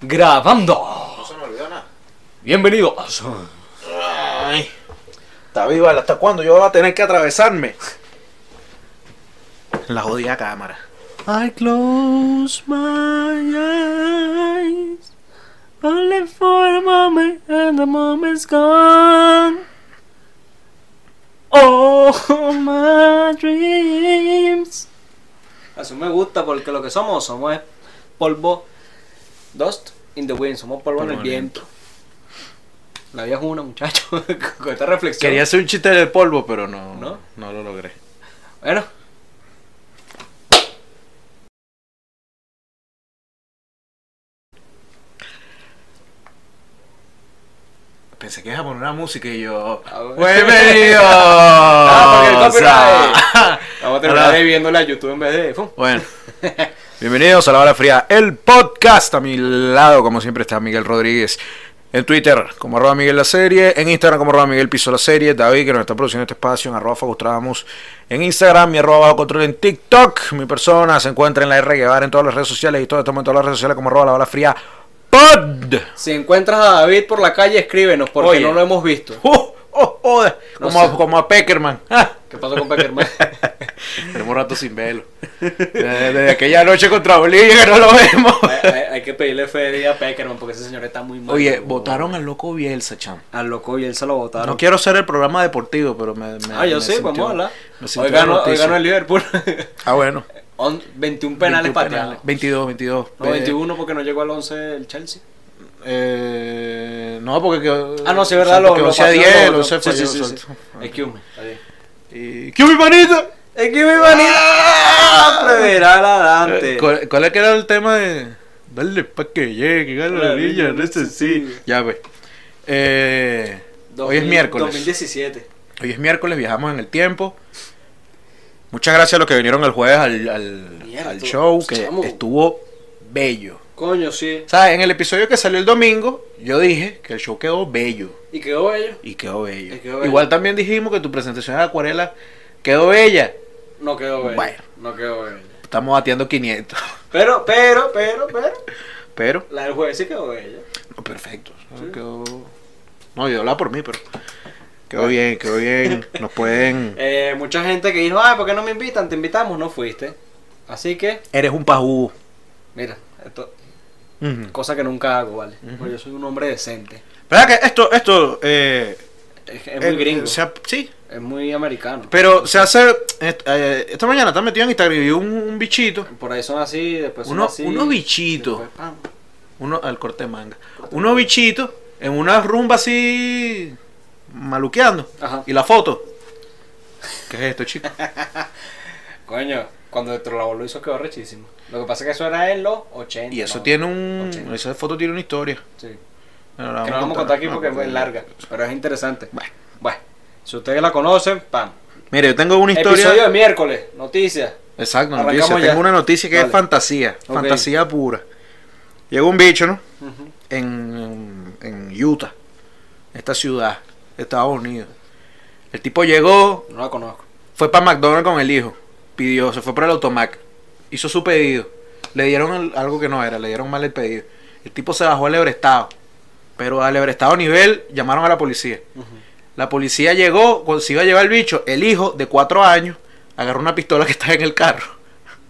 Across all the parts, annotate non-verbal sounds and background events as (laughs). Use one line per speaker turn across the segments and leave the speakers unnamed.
Grabando.
No se me olvidó nada.
Bienvenidos.
Ay, está viva, ¿hasta cuándo yo voy a tener que atravesarme? La jodida cámara.
I close my eyes only for a moment and the moment's gone. Oh, my dreams. Eso me gusta porque lo que somos somos es polvo dust in the wind, somos polvo, en el
Polvo en el
viento. La vida es una, muchacho. (laughs) Con esta reflexión.
Quería hacer un chiste del polvo, pero no,
¿No?
no, lo logré.
Bueno.
Pensé que ibas a poner una música y yo.
Ah, bueno.
¡Bienvenido!
(laughs) Ah, porque el
a-
Vamos a
a
terminar
la-
debiéndole a YouTube en vez de. ¡Fum!
Bueno, bienvenidos a La Hora Fría, el podcast. A mi lado, como siempre, está Miguel Rodríguez. En Twitter, como arroba Miguel La Serie. En Instagram, como arroba Miguel Piso La Serie. David, que nos está produciendo este espacio, en arroba Fagustramos. En Instagram, mi arroba Bajo Control en TikTok. Mi persona se encuentra en la R Guevara en todas las redes sociales. Y todo estamos en todas las redes sociales como arroba La Hora Fría Pod.
(laughs) Si encuentras a David por la calle, escríbenos porque
Oye.
no lo hemos visto.
¡Oh, oh, oh!
No sé.
Como, a, como a Peckerman. ¡Ah!
(laughs) ¿Qué pasó con (laughs) Peckerman?
(laughs) Tenemos rato sin verlo. Desde, desde aquella noche contra Bolivia que no lo vemos.
hay, hay- hay que pedirle fe a Peckerman porque ese señor está muy mal.
Oye, votaron al loco Bielsa, cham.
Al loco y él se lo votaron.
No quiero ser el programa deportivo, pero me. me-
ah, yo
me
sí,
sintió-
vamos a hablar.
me sintió
Hoy ganó, hoy
noticia.
ganó el Liverpool. (laughs)
Ah, bueno.
On- 21 penales
21
pateados.
22, 22.
No, 21 porque no llegó al 11 el Chelsea.
Eh, no, porque. quedó-
Ah, no, sí,
o
es
sea,
verdad. Lo,
porque
lo
11 a
pateó,
10,
lo-
el 11
sí, sí,
falló,
sí, Eh, sí.
exacto.
Excuse me. Adiós.
Y- ¿Qué, mi manito?
Excuse me, Ah. manita. Preveral adelante.
¿Cuál, cuál es que era el tema de.? Dale pa' que llegue, gana la niña, no sé si. Ya, ve. Eh, hoy es
2000
miércoles.
2017.
Hoy es miércoles, viajamos en el tiempo. Muchas gracias a los que vinieron el jueves al, al-
Mierda,
al show, que
chamo.
estuvo bello.
Coño, sí.
O sea, en el episodio que salió el domingo, yo dije que el show quedó bello.
Y quedó bello.
Y quedó bello.
Y quedó bello.
Igual también dijimos que tu presentación de acuarela quedó bella.
No quedó bello.
Bueno.
No quedó bello.
Estamos bateando 500.
Pero, pero, pero, pero.
(laughs) Pero,
La del jueves sí quedó bella.
no, perfecto. No,
Sí.
quedó... no, yo hablaba por mí, pero... Quedó bien, quedó bien. Nos pueden...
Eh, mucha gente que dijo, ay, ¿por qué no me invitan? Te invitamos, no fuiste. Así que,
Eres un pajú.
mira, esto,
Ujú.
cosa que nunca hago, ¿vale?
Ujú.
Porque Yo soy un hombre decente.
¿Verdad que esto... esto eh,
Es, es muy
eh,
gringo.
se ha- sí,
es muy americano.
Pero se hace. est- eh, esta mañana está metido en Instagram y vi un, un bichito.
Por ahí son así, después son
Uno-
así.
unos bichitos.
después, pam.
Uno al corte de manga. Unos bichitos en una rumba así. maluqueando.
Ajá.
Y la foto. ¿Qué es
(laughs)
esto, chico?
Coño, cuando el Trolabol lo hizo quedó rechísimo. Lo que pasa es que eso era en los 80.
Y eso
¿no?
tiene un.
Ochenta.
Esa foto tiene una historia.
Sí.
Bueno,
Que no vamos a contar aquí porque es
no, pues,
muy larga, pero es interesante.
Bueno.
Bueno, si ustedes la conocen, pam.
Mire, yo tengo una historia.
Episodio de miércoles, noticias.
Exacto,
Arrancamos
noticia.
ya.
Tengo una noticia que
Dale.
es fantasía.
Ok.
Fantasía pura. Llegó un bicho, ¿no? en, en- en Utah, esta ciudad, Estados Unidos. El tipo llegó,
No la conozco.
fue para McDonald's con el hijo, pidió, se fue para el automac, hizo su pedido, le dieron el- algo que no era, le dieron mal el pedido. El tipo se bajó al Ebrestado, pero al Ebrestado nivel llamaron a la policía. La policía llegó, cuando se iba a llevar el bicho, el hijo de cuatro años agarró una pistola que estaba en el carro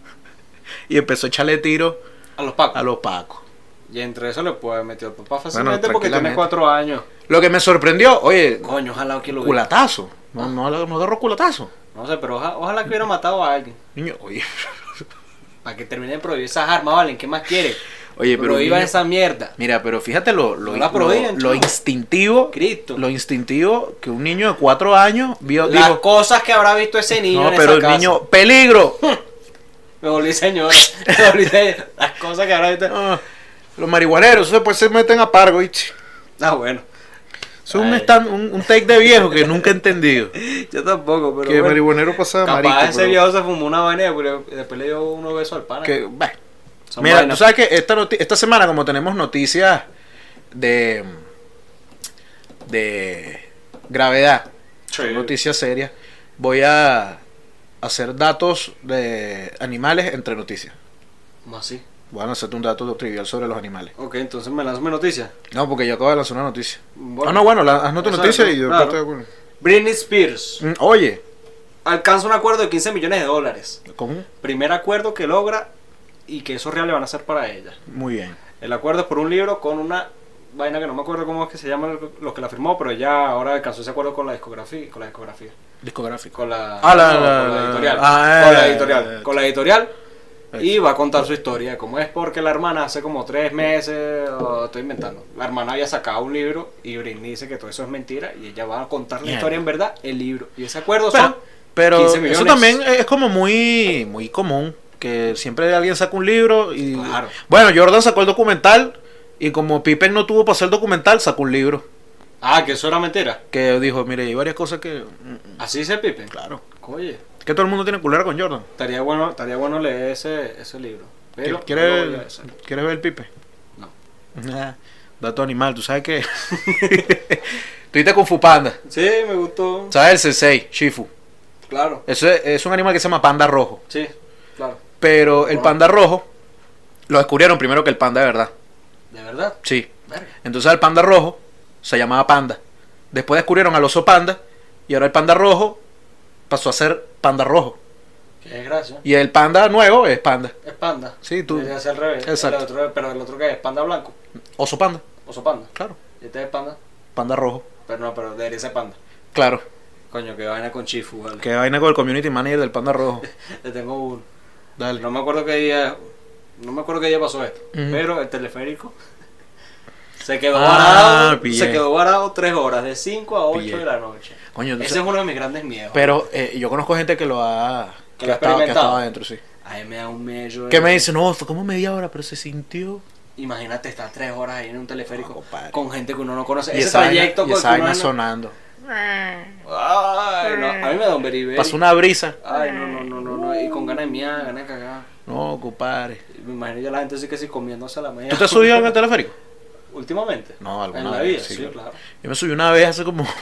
(laughs) y empezó a echarle tiro
A los pacos.
a los pacos.
Y entre eso le puede meter al papá fácilmente
Bueno,
porque tiene
tranquilamente.
cuatro años.
Lo que me sorprendió, oye,
Coño, ojalá que lo hubiera.
culatazo. No, no, no agarró culatazo.
No sé, pero oja- ojalá que hubiera matado a alguien.
Niño, oye. (laughs)
Para que termine de prohibir esas armas, ¿valen? ¿Qué más quiere?
Oye, pero.
Prohíban
niño-
esa mierda.
Mira, pero fíjate lo, lo,
No la
lo-
prohíben,
lo
chamo.
instintivo.
Cristo.
Lo instintivo que un niño de cuatro años vio.
Las
dijo,
cosas que habrá visto ese niño.
no,
en
pero
esa
el
casa.
niño. ¡Peligro! (laughs)
Me volví señora. (laughs) Me volví señora. Las cosas que habrá visto.
Ah, Los marihuaneros, eso después se meten a pargo, ¿viste?
Ah, bueno.
Eso es un,
Ay.
stand- un, un take de viejo que nunca he entendido.
Yo tampoco, pero.
que
bueno.
marihuanero pasaba
Capaz
marico.
ese
pero-
viejo se fumó una vaina y después le- después le dio unos besos al pana.
que, bah.
Son
Mira,
vainas.
tú sabes que esta, noti- esta semana, como tenemos noticias de. de. gravedad,
Sí.
noticias serias, voy a hacer datos de animales entre noticias.
¿Cómo así?
Voy a lanzarte un dato trivial sobre los animales.
Ok, entonces me lanzo mi noticia.
No, porque yo acabo de lanzar una noticia.
Bueno.
ah, no, bueno, la- haz no tu
Exacto,
noticia y yo
claro.
estoy de acuerdo.
Britney Spears
Mm, Oye,
alcanza un acuerdo de 15 millones de dólares.
¿cómo?
Primer acuerdo que logra y que esos reales van a ser para ella.
Muy bien.
El acuerdo es por un libro con una vaina que no me acuerdo cómo es que se llama lo- lo que la firmó, pero ella ahora alcanzó ese acuerdo con la discografía, con la discografía,
Discográfico.
con la,
Ah, la-
no,
la-
con la
la-
editorial,
ah,
con la
eh,
editorial,
eh,
con la editorial y
Eso.
va a contar su historia, como es porque la hermana hace como tres meses, o estoy inventando, la hermana había sacado un libro y Britney dice que todo eso es mentira y ella va a contar la
Mierda.
historia en verdad, el libro y ese acuerdo son
Pero, pero
15 millones.
eso también es como muy, muy común. Que siempre alguien saca un libro y.
Claro.
Bueno, Jordan sacó el documental. Y como Pippen no tuvo para hacer el documental, sacó un libro.
ah que eso era mentira,
Que dijo, mire, hay varias cosas que. mm, mm,
así se pipe,
Claro.
oye,
Que todo el mundo tiene culera con Jordan.
estaría bueno, estaría bueno leer ese, ese libro, pero no
¿Quieres,
lo voy a hacer.
¿Quieres ver el Pipe?
No.
Ah, Dato animal, tú sabes que. (laughs) Tuviste con Fupanda.
Sí, me gustó.
¿Sabes el sensei? Shifu.
Claro.
Eso es, es un animal que se llama panda rojo.
Sí, claro.
Pero el panda rojo lo descubrieron primero que el panda de verdad.
¿De verdad?
Sí.
Verga.
Entonces el panda rojo se llamaba panda. Después descubrieron al oso panda. Y ahora el panda rojo pasó a ser panda rojo.
Qué desgracia.
Y el panda nuevo es panda.
Es panda.
Sí, tú-
Debería ser al revés.
Exacto.
El otro- pero el otro que es panda blanco.
Oso panda,
Oso panda.
claro.
Y este es panda.
Panda rojo,
Pero no, pero debería ser panda.
claro.
Coño, que vaina con Chifu, vale.
Que vaina con el community manager del
(laughs)
panda rojo.
Le tengo uno.
Dale.
No me acuerdo qué día. No me acuerdo qué día pasó esto.
Ujú.
Pero el teleférico. (laughs) Se quedó
Ah,
varado.
pillé.
Se quedó varado tres horas, de 5 a 8
Pillé.
de la noche.
Coño, tú
Ese es
sabes-
uno de mis grandes miedos.
Pero eh, yo conozco gente que lo ha.
Que
Que,
lo ha
ha estado, que ha
experimentado.
estado adentro, sí.
A mí me da un medio.
Que
de-
me dice, no, fue como media hora, pero se sintió.
Imagínate estar tres horas ahí en un
No,
teleférico
compadre.
con gente que uno no conoce.
Y
Ese
esa vaina,
trayecto
y
con
esa
que uno
vaina
no-
sonando.
Ay, no, A mí me da un beriberi.
Pasó una brisa.
Ay, no, no, no, no, no. Y con ganas de mía, ganas de cagar.
No, compadre.
Y Me imagino ya la gente así que sí comiéndose a la media.
¿Tú te has subido en el teleférico?
Últimamente.
No, alguna
En la
vez,
vida, sí,
sí,
claro.
claro. Yo me subí una vez hace como. (laughs)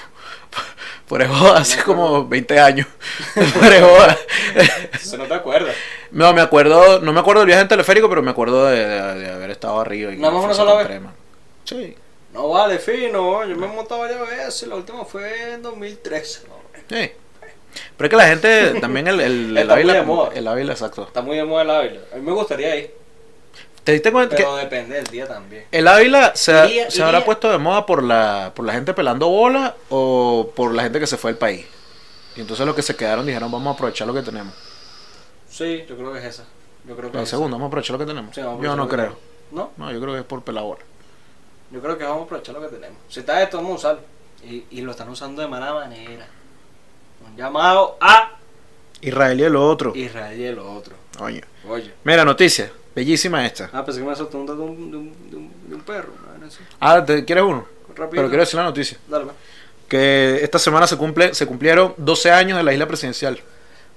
Por joda, hace como 20 años. (laughs) Por joda. (laughs)
Eso no te acuerdas.
No, me acuerdo. No me acuerdo del viaje en teleférico, pero me acuerdo de, de- de haber estado arriba. Y
¿Nada más una
fuerza
sola
con
vez?
crema. Sí.
No vale, fino. Yo me he montado varias veces. La última fue en 2013. no, hombre.
Sí. Pero es que la gente también
(laughs)
el, el, el
Está muy de
Ávila,
moda.
el Ávila, exacto.
Está muy de moda el Ávila. A mí me gustaría ir.
¿Te diste cuenta que
Pero depende del día también.
el Ávila se, ha-
Iría-
se habrá
iría.
puesto de moda por la, por la gente pelando bola o por la gente que se fue del país? Y entonces los que se quedaron dijeron, vamos a aprovechar lo que tenemos.
Sí, yo creo que es esa. Yo creo que
La
es esa.
segunda, vamos a aprovechar lo que tenemos.
Sí, vamos a
yo no
aprovechar lo
creo.
que tenemos. ¿No?
No, yo creo que es por pelar bola.
Yo creo que vamos a aprovechar lo que tenemos. Si está esto, vamos a usarlo. Y, y lo están usando de mala manera. Un llamado a
Israel y el otro.
Israel y el otro.
Coño.
Oye.
Mira, noticia. Bellísima esta.
Ah, pensé que me soltó un dato de un, de un, de un, de un perro. ¿no? Era eso.
Ah, ¿te, ¿quieres uno?
Rápido.
Pero quiero decir la noticia.
Dale, pues.
Que esta semana se, cumple, se cumplieron 12 años de la isla presidencial.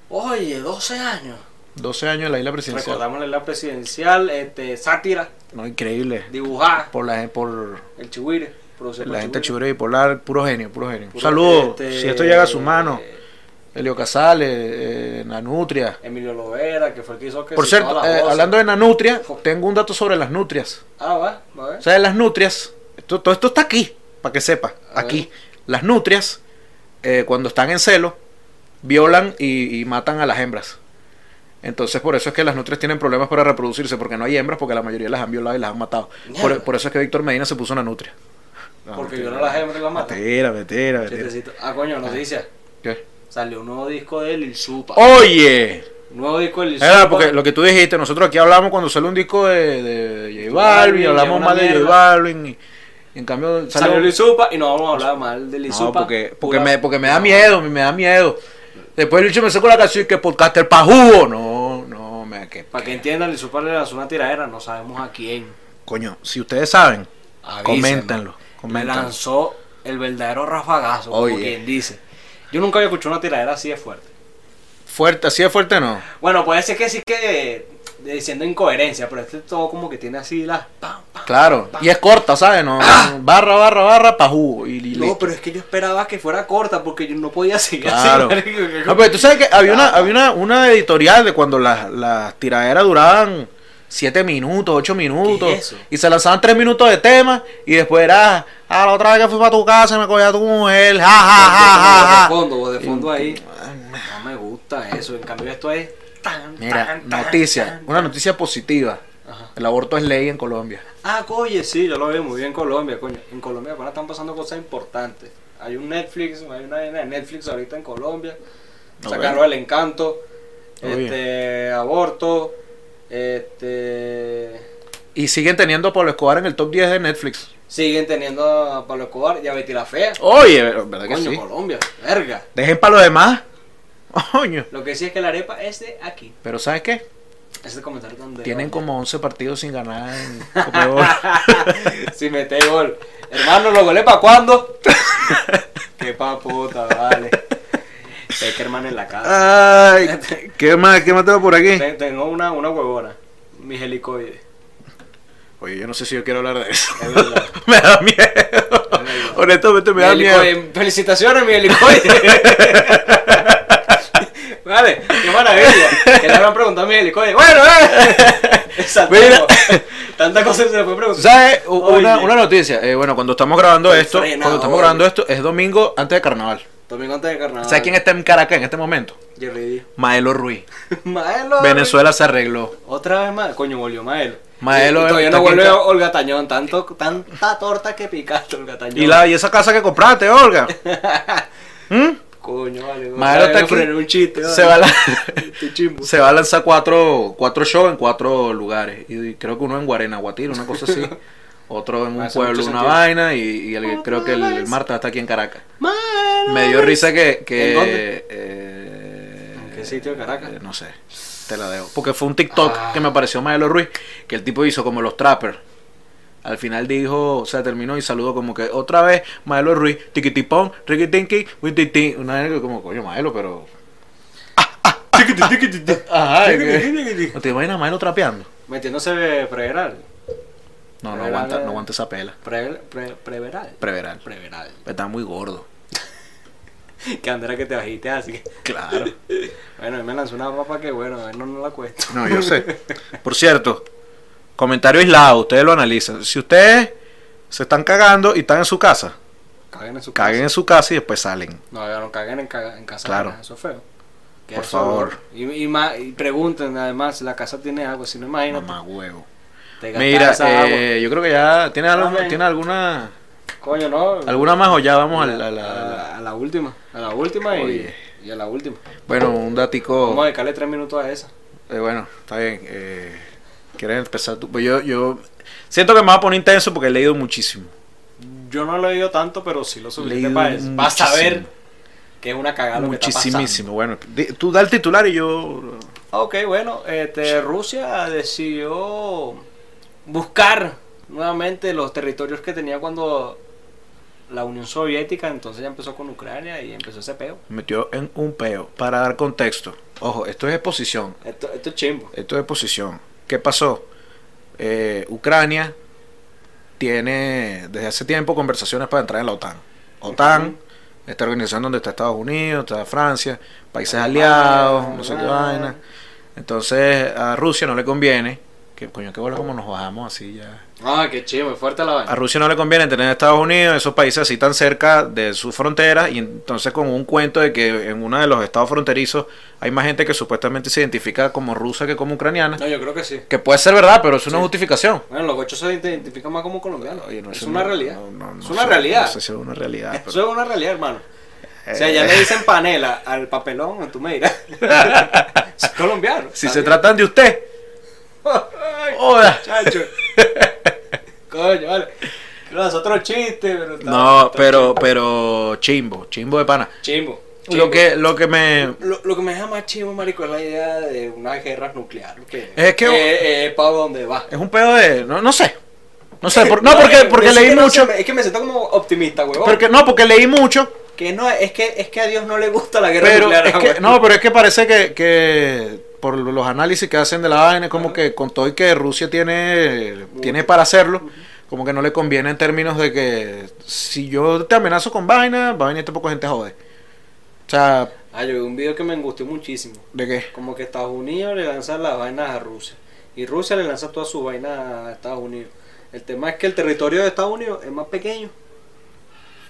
Oye, 12 años.
12 años de la isla presidencial.
Recordámosle la presidencial, este, sátira,
No, increíble.
dibujada,
Por la, gen- por
el chihuire. producido por
la gente
Chihuire.
chivera bipolar, puro genio, puro genio.
Puro-
Saludos.
este,
Si esto llega a sus manos,
eh,
Elio Casales, eh, Nanutria.
Emilio Lovera, que fue el que hizo que.
Por
si
cierto,
todas las
eh,
voces.
hablando de Nanutria,
Ojo.
tengo un dato sobre las nutrias.
Ah, va, va a ver.
O sea, las nutrias, esto- todo esto está aquí, para que sepa,
A
aquí. Las nutrias, eh, cuando están en celo, violan y, y matan a las hembras. Entonces, por eso es que las nutrias tienen problemas para reproducirse, porque no hay hembras, porque la mayoría las han violado y las han matado. Por,
Mierda.
por eso es que Víctor Medina se puso una nutria.
Porque viola a las hembras y las mata.
Mentira, mentira, mentira.
Chistecito. Ah, coño, noticia.
¿Qué?
Salió un nuevo disco de Lil Supa.
Oye,
Nuevo disco de Lil
es verdad,
Supa.
Oh. porque lo que tú dijiste, nosotros aquí hablamos cuando sale un disco de, de J
Balvin,
Balvin, hablamos
una
más de J
mierda.
Balvin, y, y en cambio
Salió,
sale-
Lil Supa y no vamos a hablar mal de Lil
No,
Supa.
porque, porque,
Pura-
me, porque me da
No.
miedo, me da miedo. Después el bicho me sacó la canción y que podcaster pa' jugo. No, no, me que.
Para que entiendan, Lil Supa le lanzó una tiradera, no sabemos a quién.
Coño, si ustedes saben,
Avísenme.
coméntenlo.
Me
coméntenlo.
lanzó el verdadero rafagazo, como
Oye.
quien dice. Yo nunca había escuchado una tiradera así de fuerte.
Fuerte, así de fuerte no.
Bueno, puede ser que sí que eh, diciendo incoherencia, pero este todo como que tiene así las pam, pam.
Claro. Y es corta, ¿sabes? No, barra, barra, barra pa' jugo. Y, y
No,
listo.
pero es que yo esperaba que fuera corta porque yo no podía seguir
Claro. Ah,
así. marico, que-
No, pero tú sabes que había una, había una, una editorial de cuando las, las tiraderas duraban 7 minutos, 8 minutos.
¿Qué es eso?
Y se lanzaban 3 minutos de tema y después era, ah, la otra vez que fui para tu casa me cogí a tu mujer, ja, ja, ja, ja,
Voz
ja.
de fondo, voz de fondo ahí. No me gusta eso. En cambio, esto es. Tan,
Mira,
tan, tan,
noticia,
tan,
una noticia positiva.
Ajá.
El aborto es ley en Colombia.
Ah, oye, sí, yo lo veo muy bien en Colombia, coño. En Colombia ahora están pasando cosas importantes. Hay un Netflix, hay una vaina de Netflix ahorita en Colombia.
Ok.
Sacaron el encanto,
Oye.
este, aborto, este...
Y siguen teniendo a Pablo Escobar en el top 10 de Netfliix.
Siguen teniendo a Pablo Escobar y a Betty la Fea.
Oye, ¿verdad que
Coño,
sí?
Colombia, verga.
Dejen para los demás. (laughs) Coño.
Lo que sí es que la arepa es de aquí.
Pero ¿sabes qué?
Ese comentario tan de...
Tienen como 11 partidos sin ganar en (laughs) Comebol.
(laughs) si mete gol. Hermano, ¿lo golé para
(laughs)
cuándo? Qué papota, vale. Sé que hermano en la casa.
Ay, ¿qué más? ¿Qué más tengo por aquí?
Te- Tengo una, una huevona. Mis helicoides.
Oye, yo no sé si yo quiero hablar de eso.
Es verdad.
(laughs) me da miedo. Honestamente me
Mis
da miedo.
helicoides. Felicitaciones, mis
(laughs)
helicoides. vale, qué maravilla. Que le habrán preguntado a mis helicoides. Bueno,
(laughs)
eh. Exacto.
Mira.
Tanta cosa se le puede preguntar.
¿Sabes? U- Una,
Oye.
una noticia. Eh, bueno, cuando estamos grabando
Estoy
esto,
frenado,
cuando estamos
oye. Ah.
grabando esto, es domingo antes de carnaval.
Domingo antes de carnaval.
¿Sabes quién está en Caracas en este momento?
Jerry
Maelo Ruiz.
D. (laughs) Maelo.
Venezuela se arregló.
Otra vez más. Coño, volvió Maelo.
Maelo
Y- y todavía
está
no
aquí en
vuelve
ca-
Olga Tañón. Tanto, tanta torta que picaste, Olga Tañón.
¿Y, la, y esa casa que
(laughs)
compraste, Olga? ¿Mm?
Coño, vale.
Maelo está
Me
aquí.
frené un chiste.
Se va, a
vale. (laughs)
la- (laughs)
Este chimbo.
se va a lanzar cuatro, cuatro shows en cuatro lugares. Y creo que uno en Guarenaguatira, una cosa
(laughs)
así. Otro en un
Hace
pueblo,
mucho
una
sentido.
vaina. Y, y el- creo que el, el Marta está aquí en Caracas.
Maelo.
Me dio risa que. que
¿En dónde?
eh,
¿En qué sitio de Caracas?
eh, no sé. Te la dejo. Porque fue un TikTok
Ah.
que me apareció Maelo Ruiz. Que el tipo hizo como los trappers. Al final dijo, o sea, terminó y saludó como que otra vez Maelo Ruiz, tiquitipón, riquitinqui, wititi. Una vez que como, coño, Maelo, pero. (laughs) Ajá, ¿qué? ¿No te imaginas a Maelo trapeando?
Metiéndose preveral.
No, no
Preveral,
aguanta,
eh.
no aguanta esa pela.
Pre, pre- preveral.
Preveral.
Preveral.
Está muy gordo.
Que andera que te bajiste así que.
Claro.
Bueno, él me lanzó una papa que bueno, a él no, no la cuesta.
No, yo sé. (laughs) Por cierto, comentario aislado, ustedes lo analizan. Si ustedes se están cagando y están en su casa,
(laughs) Caguen en su casa.
caguen en su casa y después salen.
No, ya no caguen en, caga- en casa.
Claro.
ajena, Eso es feo. Que
Por
eso es olor.
favor.
Y, y, ma- y pregunten además si la casa tiene agua. Si no, imagínate.
Mamá huevo.
te gastas
Mira,
esa
eh, yo creo que ya tiene
Amén.
alguna, tiene alguna
agua. Coño, no.
alguna más o ya vamos a la,
a,
a la-
la, a la última. A la última y,
Oye. Oh.
y a la última.
bueno un
Vamos a
datico.
dedicarle tres minutos a esa.
eh, bueno, está bien. eh, ¿Quieres empezar tú? Pues yo yo siento que me va a poner intenso porque he leído muchísimo.
Yo no lo he leído tanto, pero sí lo suficiente
Leído
para eso. Vas a ver
muchísimo.
que es una cagada lo que está pasando.
Muchísimo. Bueno, di- tú da el titular y yo
Ok, bueno, este, Rusia decidió buscar nuevamente los territorios que tenía cuando la Unión Soviética, entonces ya empezó con Ucrania y empezó ese peo.
metió en un peo. Para dar contexto, ojo, esto es exposición.
Esto, esto es chimbo.
Esto es exposición. ¿Qué pasó? Eh, Ucrania tiene desde hace tiempo conversaciones para entrar en la OTAN. OTAN, esta organización donde está Estados Unidos, está Francia, países aliados, no sé qué vaina. Entonces a Rusia no le conviene. Que coño, qué bola como nos bajamos así ya.
Ah, qué chimbo, es fuerte la
A
vaina.
Rusia no le conviene tener a Estados Unidos, esos países así tan cerca de sus fronteras, y entonces con un cuento de que en uno de los estados fronterizos hay más gente que supuestamente se identifica como rusa que como ucraniana,
No, yo creo que sí.
que puede ser verdad, pero eso
Sí.
no es justificación.
Bueno, los gochos se identifican más como colombianos.
Oye, no,
es
eso
una
no-
realidad.
no- no- no
es una
sé,
realidad.
No sé si es una realidad.
Eso
pero-
es una realidad, hermano. O sea, ya
Eh.
le dicen panela al papelón, tú
(laughs)
me dirás. es colombiano.
Si
está
se
bien.
tratan de usted,
Ay,
Joda.
Chacho. Coño, vale. Los otros chistes, pero. está-
no,
está
pero, pero chimbo, chimbo de pana.
Chimbo. chimbo.
Lo que, lo que me,
Lo, lo que me deja más chimbo, marico, es la idea de una guerra nuclear. Que
Es que-
Eh, eh, ¿Para dónde va?
es un pedo de, no, no sé, no sé, Eh, por- no porque,
me-
porque
me
leí
siento- no sé,
mucho,
me- es que me siento como optimista, huevón.
porque no porque leí mucho.
Que no, es que, es que a Dios no le gusta la guerra
pero
nuclear.
es que,
huevón.
no, pero es que parece que, que por los análisis que hacen de la vaina, es como que con todo y que Rusia tiene, tiene para hacerlo, como que no le conviene en términos de que si yo te amenazo con vaina, va a venir este poco gente a joder. O sea,
Ah, yo vi un video que me gustó muchísimo.
¿de qué?
Como que Estados Unidos le lanza las vainas a Rusia. Y Rusia le lanza toda su vaina a Estados Unidos. El tema es que el territorio de Estados Unidos es más pequeño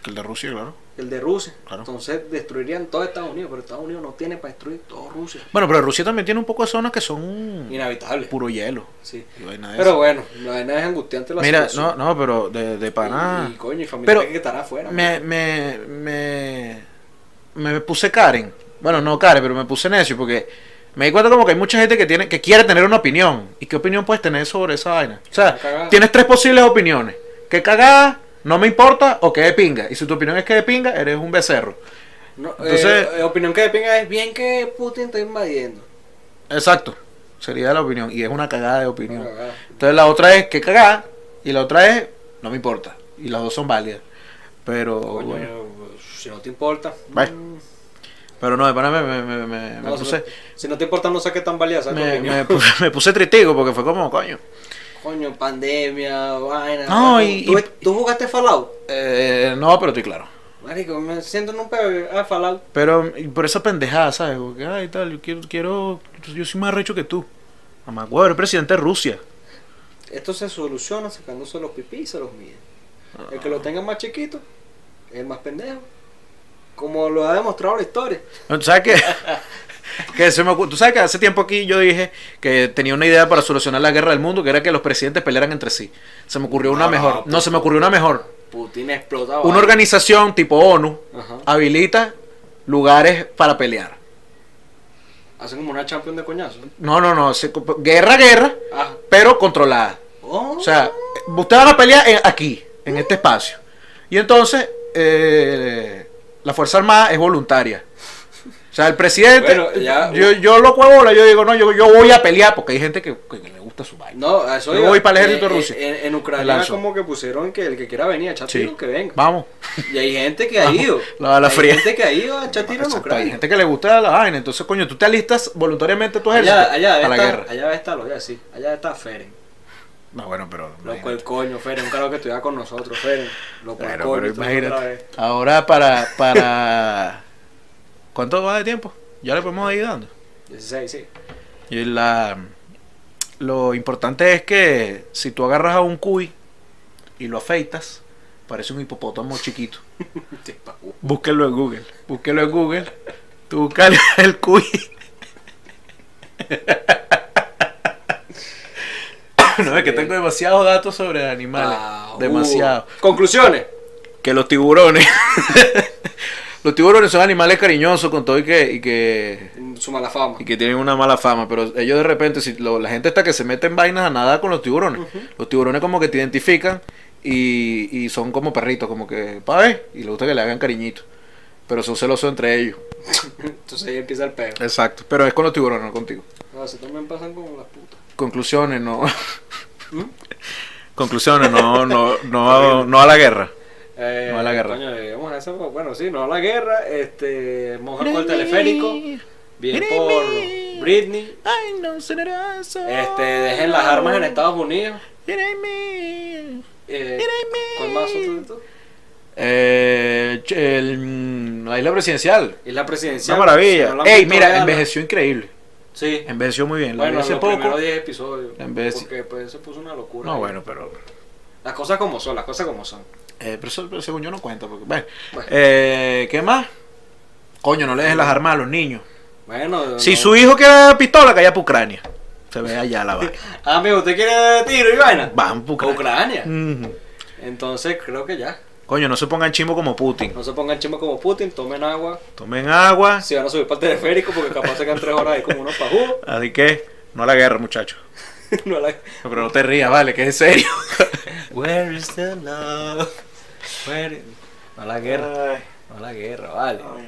Que el de Rusia, claro.
que el de Rusia.
Claro.
Entonces destruirían todo Estados Unidos, pero Estados Unidos no tiene para destruir todo Rusia.
Bueno, pero Rusia también tiene un poco de zonas que son
Inhabitable.
Mm. puro hielo.
Sí.
Y vaina de
Pero
esas.
bueno, la vaina es angustiante la
Mira, no,
situación.
no, pero de, de pana.
Y, y coño, y familia
Pero
que estará afuera.
me, me, me, me puse Karen. Bueno, no Karen, pero me puse necio porque me di cuenta como que hay mucha gente que tiene que quiere tener una opinión. ¿Y qué opinión puedes tener sobre esa vaina? O sea,
Qué cagada.
tienes tres posibles opiniones. Que cagada, no me importa o que de pinga. Y si tu opinión es que de pinga, eres un becerro.
No,
Entonces-
eh, eh, opinión que de pinga es bien que Putin está invadiendo.
Exacto. Sería la opinión. Y es una cagada de opinión.
Cagada.
Entonces la otra es que cagada y la otra es no me importa. Y las dos son válidas. Pero
Coño,
Oh, bueno.
si no te importa.
Vale.
mm,
Pero no, de pana me, me, me, me- me
no, si,
puse.
no, si no te importa, no saques tan valiosa.
me, me puse, me puse tritico porque fue como, coño.
Coño, pandemia, vaina.
No,
¿Tú-
y-
¿Tú,
y-
tú jugaste Fallout?
Eh, no, pero estoy claro.
Marico, me siento en un pedo a Fallout.
Pero y por esa pendejada, ¿sabes? Porque, ay, tal, yo quiero, quiero yo soy más recho que tú. Mamá, huevo, eres presidente de Rusia.
Esto se soluciona sacándose los pipí y se los mide. El
Ah.
que lo tenga más chiquito es el más pendejo. Como lo ha demostrado la historia.
¿Tú sabes qué? (laughs) que se me ocu- Tú sabes que hace tiempo aquí yo dije que tenía una idea para solucionar la guerra del mundo, que era que los presidentes pelearan entre sí. Se me ocurrió
No,
una
no,
mejor. No,
pues,
se me ocurrió una mejor.
Putin explotaba.
Una organización tipo ONU
Ajá.
habilita lugares para pelear.
Hacen como una champion de coñazo.
No, no, no. se- guerra, guerra,
Ah.
pero controlada.
Oh.
O sea, ustedes van a pelear en- aquí, en este espacio. Y entonces, eh, la Fuerza Armada es voluntaria. O sea, el presidente,
Bueno, ya-
yo, yo lo cuabola, yo digo, no, yo, yo voy a pelear porque hay gente que, que le gusta su vaina.
No, a eso
Yo
iba.
voy para el ejército
Eh, eh,
ruso.
En, en Ucrania
Me lanzo.
como que pusieron que el que quiera venir a echar
Sí.
tiro, que venga.
Vamos.
Y hay gente que ha ido.
la- la
hay
fría.
gente que ha ido a echar tiro en
Exacto, hay
Ucrania.
gente que le gusta la vaina. Entonces, coño, tú te alistas voluntariamente a tu ejército
Allá, allá debe
para la
estar,
guerra.
allá debe estar, lo voy a decir. Allá debe estar Feren.
No, bueno, pero.
Loco
imagínate.
el coño, Feren, un carajo que estuviera con nosotros, Feren. Loco el
Bueno,
coño, esto
pero
es otra
imagínate.
vez.
Ahora para. para... ¿Cuánto va de tiempo? Ya le podemos ir dando.
16, sí.
Y la, lo importante es que si tú agarras a un cuy y lo afeitas, parece un hipopótamo chiquito.
Te pago.
Búsquenlo en Google. Búsquenlo en Google. Tú buscas (laughs) el cuy. no, es que tengo demasiados datos sobre animales.
Ah, uh.
Demasiado.
Conclusiones.
Que los tiburones. (laughs) los tiburones son animales cariñosos con todo y que- y que
Su mala fama.
y que tienen una mala fama, pero ellos de repente, si lo- la gente está que se mete en vainas a nadar con los tiburones, los tiburones como que te identifican y, y son como perritos, como que, pa' ver, y les gusta que le hagan cariñito, pero son celosos entre ellos.
Entonces ahí empieza el peo.
Exacto, pero es con los tiburones, no contigo.
No, se también pasan como las putas.
Conclusiones, no.
¿Mm?
(laughs) Conclusiones, no, no, no, no a la guerra.
Eh,
No a la guerra.
Coño, digamos eso, pues, bueno, sí, no a la guerra. Este, moja por el teleférico. Bien por Britney.
Ay, no, generoso.
Este, dejen las armas en Estados Unidos.
Unidos.
Eh,
Mírame.
¿Cuál más otro tú?
Eh, ch- el, mm, la isla presidencial.
Y la presidencial.
Una maravilla.
si no la han
Ey,
visto,
mira,
véanla.
envejeció increíble.
Sí.
Envejeció muy bien. La
Bueno,
vi hace
los
poco.
primeros 10 episodios.
En vez-
Porque pues se puso una locura.
No,
ahí.
bueno, pero.
Las cosas como son, las cosas como son.
eh, pero, eso- pero según yo no cuenta. Porque, bueno.
Bueno.
Eh, ¿Qué más? Coño, no le dejes las armas a los niños.
Bueno.
Si
no-
su hijo queda pistola, que haya para Ucrania. Se ve allá la vaina.
(laughs) Ah, Amigo, ¿usted quiere tiro y vaina?
Van pa'
Ucrania.
Ucrania. Ujú.
Entonces creo que ya.
Coño, no se pongan chimbo como Putin.
No se pongan chimbo como Putin, tomen agua.
Tomen agua.
Si van a subir para el teleférico, porque capaz se quedan tres horas ahí como unos pajugos. (laughs)
Así que, no a la guerra, muchachos.
No la-
Pero no te rías, vale, que es en
(laughs)
serio.
Where is the love? Where- No la guerra,
Ay.
no la guerra, vale.